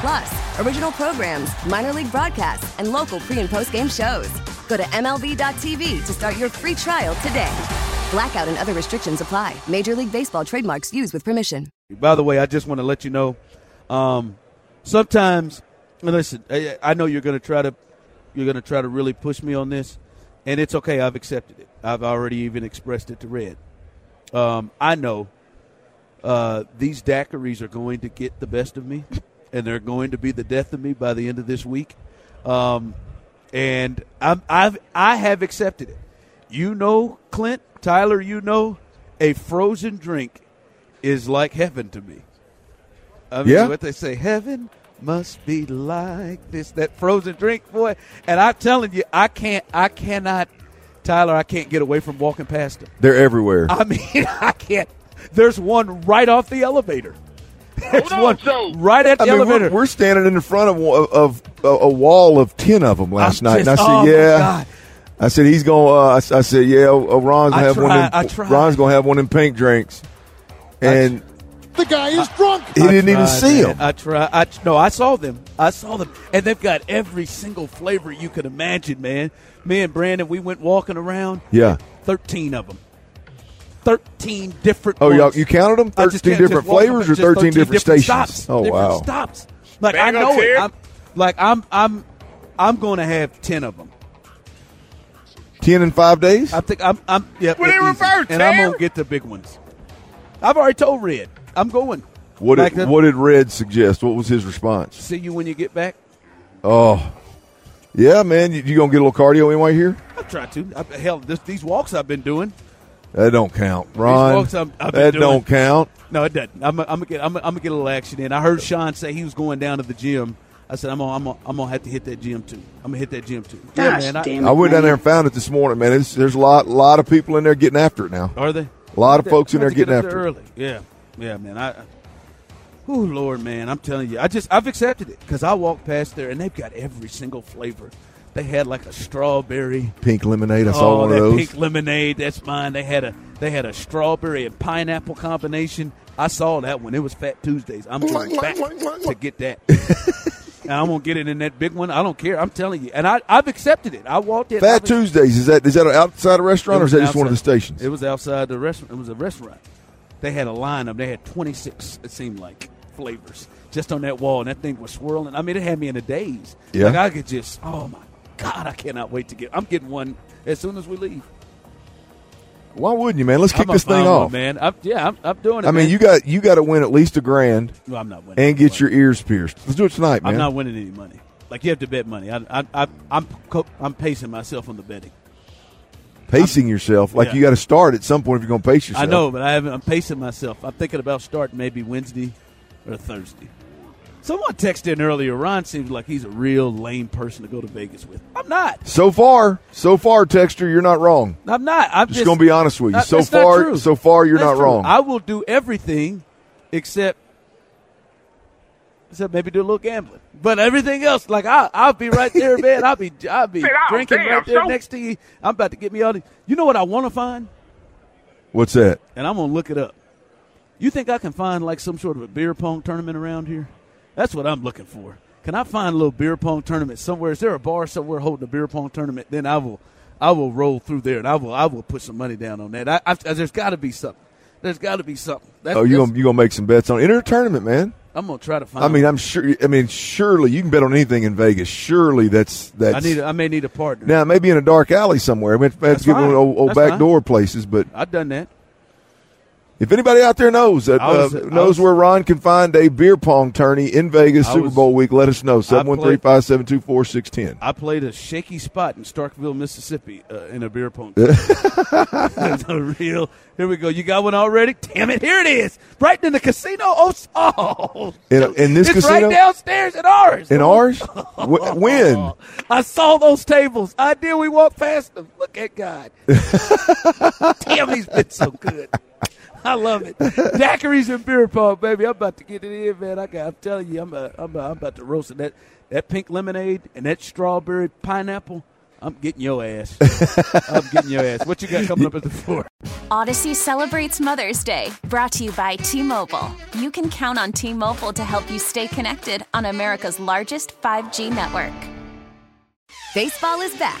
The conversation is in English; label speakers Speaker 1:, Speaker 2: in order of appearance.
Speaker 1: Plus, original programs, minor league broadcasts, and local pre- and post-game shows. Go to MLB.tv to start your free trial today. Blackout and other restrictions apply. Major League Baseball trademarks used with permission.
Speaker 2: By the way, I just want to let you know. Um, sometimes, and listen, I, I know you're going to try to, you're going to try to really push me on this, and it's okay. I've accepted it. I've already even expressed it to Red. Um, I know uh, these daiquiris are going to get the best of me, and they're going to be the death of me by the end of this week. Um, and I'm, I've I have accepted it. You know, Clint Tyler, you know, a frozen drink is like heaven to me. I mean,
Speaker 3: Yeah.
Speaker 2: what they say, heaven must be like this that frozen drink, boy. And I'm telling you, I can't, I cannot, Tyler, I can't get away from walking past them.
Speaker 3: They're everywhere.
Speaker 2: I mean, I can't. There's one right off the elevator. There's
Speaker 4: on,
Speaker 2: one
Speaker 4: Joe.
Speaker 2: right at the
Speaker 3: I mean,
Speaker 2: elevator.
Speaker 3: we're, we're standing in front of, wa- of, of a wall of ten of them last
Speaker 2: I'm
Speaker 3: night, and
Speaker 2: just-
Speaker 3: I said,
Speaker 2: oh, my
Speaker 3: "Yeah."
Speaker 2: God.
Speaker 3: I said he's gonna. Uh, I s- I, said, "Yeah, uh, Ron's
Speaker 2: I
Speaker 3: gonna have one.
Speaker 2: tried-
Speaker 3: Of
Speaker 2: I
Speaker 3: them,
Speaker 2: tried.
Speaker 3: Ron's gonna have one in pink drinks," and
Speaker 4: The guy is drunk.
Speaker 3: he didn't even
Speaker 2: tried,
Speaker 3: see
Speaker 2: man.
Speaker 3: him.
Speaker 2: I try. I no. I saw them. I saw them, and they've got every single flavor you could imagine, man. Me and Brandon, we went walking around.
Speaker 3: Yeah.
Speaker 2: thirteen of them. Thirteen different.
Speaker 3: Oh, y'all,
Speaker 2: ones.
Speaker 3: you counted them?
Speaker 2: I just
Speaker 3: 13
Speaker 2: can't-
Speaker 3: different
Speaker 2: just walking around,
Speaker 3: flavors or
Speaker 2: just
Speaker 3: 13 different stations?
Speaker 2: Stops,
Speaker 3: Oh,
Speaker 2: different
Speaker 3: wow.
Speaker 2: Stops. Like
Speaker 5: Bang
Speaker 2: I
Speaker 5: on
Speaker 2: know it.
Speaker 5: 10.
Speaker 2: I'm, like I'm. I'm. I'm going to have ten of them.
Speaker 3: Ten in five days.
Speaker 2: I think I'm. I'm yeah,
Speaker 5: Well,
Speaker 2: it's
Speaker 5: they
Speaker 2: easy.
Speaker 5: reversed,
Speaker 2: and I'm
Speaker 5: man.
Speaker 2: gonna get the big ones. I've already told Red I'm going.
Speaker 3: What
Speaker 2: Like
Speaker 3: did
Speaker 2: the-
Speaker 3: What did Red suggest? What was his response?
Speaker 2: See you when you get back.
Speaker 3: Oh, yeah, man, you, you gonna get a little cardio in right here?
Speaker 2: I try to. I, hell, this, these walks I've been doing.
Speaker 3: That don't count, Ron.
Speaker 2: walks I'm- I've been
Speaker 3: that
Speaker 2: doing.
Speaker 3: don't count.
Speaker 2: No, it doesn't. I'm, I'm gonna get. I'm, I'm gonna get a little action in. I heard Sean say he was going down to the gym. I said I'm gonna. I'm gonna, I'm gonna have to hit that gym too. I'm gonna hit that gym too.
Speaker 6: Gosh,
Speaker 2: I-
Speaker 6: damn it.
Speaker 3: I went down there and found it this morning, man. It's, there's a lot, lot of people in there getting after it now.
Speaker 2: Are they?
Speaker 3: A lot of folks in
Speaker 2: Have
Speaker 3: there
Speaker 2: to get
Speaker 3: getting
Speaker 2: up
Speaker 3: after it.
Speaker 2: early. Yeah, yeah, man. I, I- oh Lord, man, I'm telling you, I just I've accepted it because I walked past there and they've got every single flavor. They had like a strawberry.
Speaker 3: Pink lemonade. I
Speaker 2: oh,
Speaker 3: saw one
Speaker 2: that
Speaker 3: of those.
Speaker 2: pink lemonade. That's mine. They had a they had a strawberry and pineapple combination. I saw that one. It was Fat Tuesdays. I'm going back to get that. and I'm gonna get it in that big one. I don't care. I'm telling you. And I I've accepted it. I walked in.
Speaker 3: Fat
Speaker 2: I've-
Speaker 3: Tuesdays is that is that an outside
Speaker 2: it
Speaker 3: restaurant or is
Speaker 2: was
Speaker 3: that just one of the
Speaker 2: outside-
Speaker 3: stations?
Speaker 2: It was outside the restaurant. It was a restaurant. They had a lineup. They had 26, it seemed like, flavors just on that wall. And that thing was swirling. I mean, it had me in a daze.
Speaker 3: Yeah.
Speaker 2: Like, I could just, oh my God, I cannot wait to get. I'm getting one as soon as we leave.
Speaker 3: Why wouldn't you, man? Let's kick
Speaker 2: I'm a
Speaker 3: this thing
Speaker 2: fine
Speaker 3: off.
Speaker 2: one, man. I'm, yeah, I'm, I'm doing it.
Speaker 3: I mean,
Speaker 2: man.
Speaker 3: you got you got to win at least a grand
Speaker 2: No, I'm not winning.
Speaker 3: and
Speaker 2: But
Speaker 3: get your ears pierced. Let's do it tonight, man.
Speaker 2: I'm not winning any money. Like, you have to bet money. I, I, I, I'm, co- I'm pacing myself on the betting.
Speaker 3: Pacing yourself like
Speaker 2: yeah.
Speaker 3: you got to start at some point if you're going to pace yourself.
Speaker 2: I know, but I haven't, I'm pacing myself. I'm thinking about starting maybe Wednesday or Thursday. Someone texted in earlier. Ron seems like he's a real lame person to go to Vegas with. I'm not.
Speaker 3: So far, so far, Texter, you're not wrong.
Speaker 2: I'm not. I'm
Speaker 3: Just gonna be honest with you.
Speaker 2: Uh,
Speaker 3: So
Speaker 2: that's not
Speaker 3: far-
Speaker 2: true.
Speaker 3: so far, you're
Speaker 2: That's
Speaker 3: not
Speaker 2: true.
Speaker 3: wrong.
Speaker 2: I will do everything except except maybe do a little gambling. But everything else, like I, I'll be right there, man. I'll be, I'll be
Speaker 5: Sit down,
Speaker 2: drinking
Speaker 5: damn,
Speaker 2: right there
Speaker 5: so-
Speaker 2: next to you. I'm about to get me all. The, you know what I want to find?
Speaker 3: What's that?
Speaker 2: and I'm gonna look it up. You think I can find like some sort of a beer pong tournament around here? That's what I'm looking for. Can I find a little beer pong tournament somewhere? Is there a bar somewhere holding a beer pong tournament? Then I will, I will roll through there, and I will, I will put some money down on that. I, I, there's got to be something. There's got to be something. That's,
Speaker 3: Oh, you
Speaker 2: that's-
Speaker 3: gonna you gonna make some bets on enter a tournament, man.
Speaker 2: I'm gonna try to find.
Speaker 3: I mean, I'm sure. I mean, surely you can bet on anything in Vegas. Surely that's that's.
Speaker 2: I need, a- I may need a partner.
Speaker 3: now maybe in a dark alley somewhere. I mean, that's
Speaker 2: That's
Speaker 3: good one of
Speaker 2: fine.
Speaker 3: old, old
Speaker 2: That's
Speaker 3: back
Speaker 2: fine.
Speaker 3: door places, but
Speaker 2: I've done that.
Speaker 3: If anybody out there knows that
Speaker 2: I was-
Speaker 3: uh,
Speaker 2: I
Speaker 3: knows
Speaker 2: was-
Speaker 3: where Ron can find a beer pong tourney in Vegas
Speaker 2: I
Speaker 3: Super
Speaker 2: was-
Speaker 3: Bowl week, let us know. 713-572-4610.
Speaker 2: I played a shaky spot in Starkville, Mississippi, uh, in a beer pong. the real. Here we go. You got one already? Damn it! Here it is, right in the casino. Oh, oh.
Speaker 3: In a- in this
Speaker 2: it's
Speaker 3: casino?
Speaker 2: right downstairs at ours.
Speaker 3: In ours? Wh- when?
Speaker 2: Oh, I saw those tables. I did. We walked past them. Look at God. Damn, he's been so good. I love it. Daiquiris and beer pong, baby. I'm about to get it in, man. I got, I'm telling you, I'm, uh, I'm, uh, I'm about to roast it. That, that pink lemonade and that strawberry pineapple, I'm getting your ass. I'm getting your ass. What you got coming up at the floor?
Speaker 7: Odyssey celebrates Mother's Day, brought to you by T Mobile. You can count on T Mobile to help you stay connected on America's largest 5G network.
Speaker 1: Baseball is back,